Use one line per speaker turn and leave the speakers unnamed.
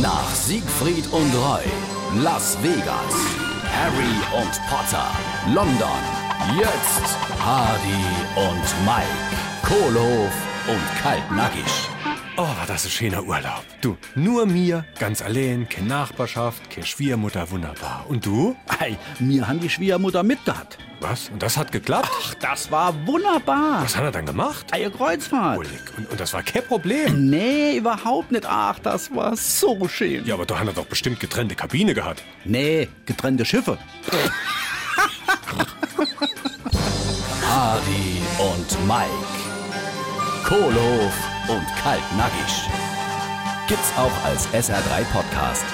Nach Siegfried und Roy, Las Vegas, Harry und Potter, London, jetzt Hardy und Mike, Kohlhof und Kaltnackig.
Oh, war das ein schöner Urlaub. Du, nur mir, ganz allein, keine Nachbarschaft, keine Schwiegermutter, wunderbar. Und du?
Ei, mir haben die Schwiegermutter mitgehabt.
Was? Und das hat geklappt?
Ach, das war wunderbar.
Was hat er dann gemacht?
Ei, ihr Kreuzfahrt.
Ullig. Und, und das war kein Problem.
Nee, überhaupt nicht. Ach, das war so schön.
Ja, aber da hat er doch bestimmt getrennte Kabine gehabt.
Nee, getrennte Schiffe.
Hardy und Mike, Kohlhof und Kaltnackig. Gibt's auch als SR3 Podcast.